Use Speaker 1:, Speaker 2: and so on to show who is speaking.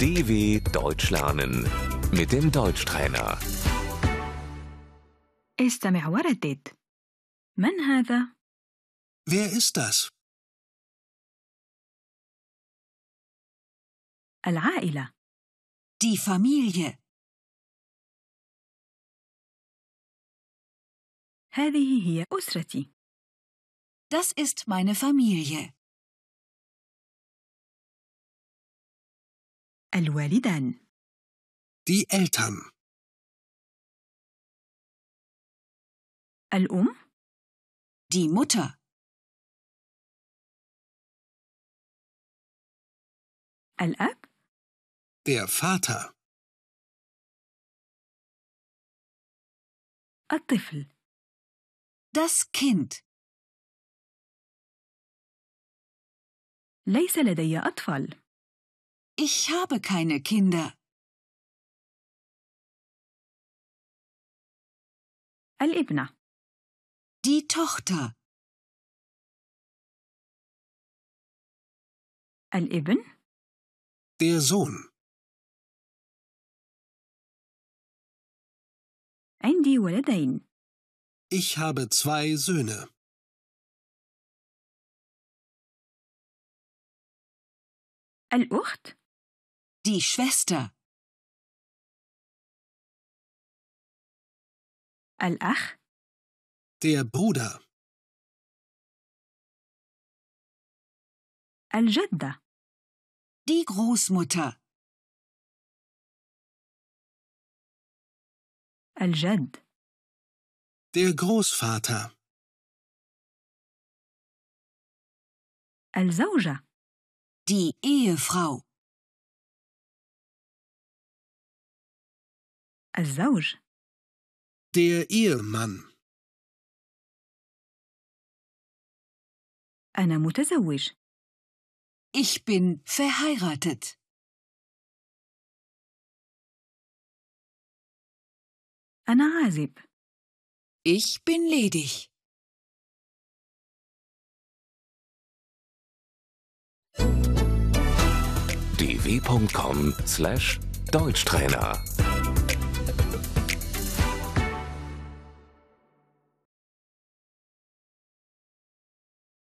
Speaker 1: DW Deutsch lernen mit dem Deutschtrainer.
Speaker 2: استمع وردد من هذا؟
Speaker 3: Wer ist das?
Speaker 2: العائلة
Speaker 4: Die Familie.
Speaker 2: هذه هي أسرتي
Speaker 4: Das ist meine Familie.
Speaker 2: الوالدان
Speaker 3: Die Eltern.
Speaker 2: الأم
Speaker 4: Die Mutter.
Speaker 2: الأب
Speaker 3: Der Vater.
Speaker 2: الطفل
Speaker 4: Das Kind.
Speaker 2: ليس لدي أطفال
Speaker 4: Ich habe keine Kinder.
Speaker 2: الابنة
Speaker 4: Die Tochter.
Speaker 2: الابن
Speaker 3: Der Sohn.
Speaker 2: عندي ولدين
Speaker 3: Ich habe zwei Söhne.
Speaker 2: الأخت
Speaker 4: Die Schwester.
Speaker 2: الأخ
Speaker 3: Der Bruder.
Speaker 2: الجدة
Speaker 4: Die Großmutter.
Speaker 2: الجد
Speaker 3: Der Großvater.
Speaker 2: الزوجة
Speaker 4: Die Ehefrau.
Speaker 2: الزوج
Speaker 3: Der Ehemann.
Speaker 2: أنا متزوج
Speaker 4: Ich bin verheiratet.
Speaker 2: أنا عازب
Speaker 4: Ich bin ledig.
Speaker 1: dw.com/deutschtrainer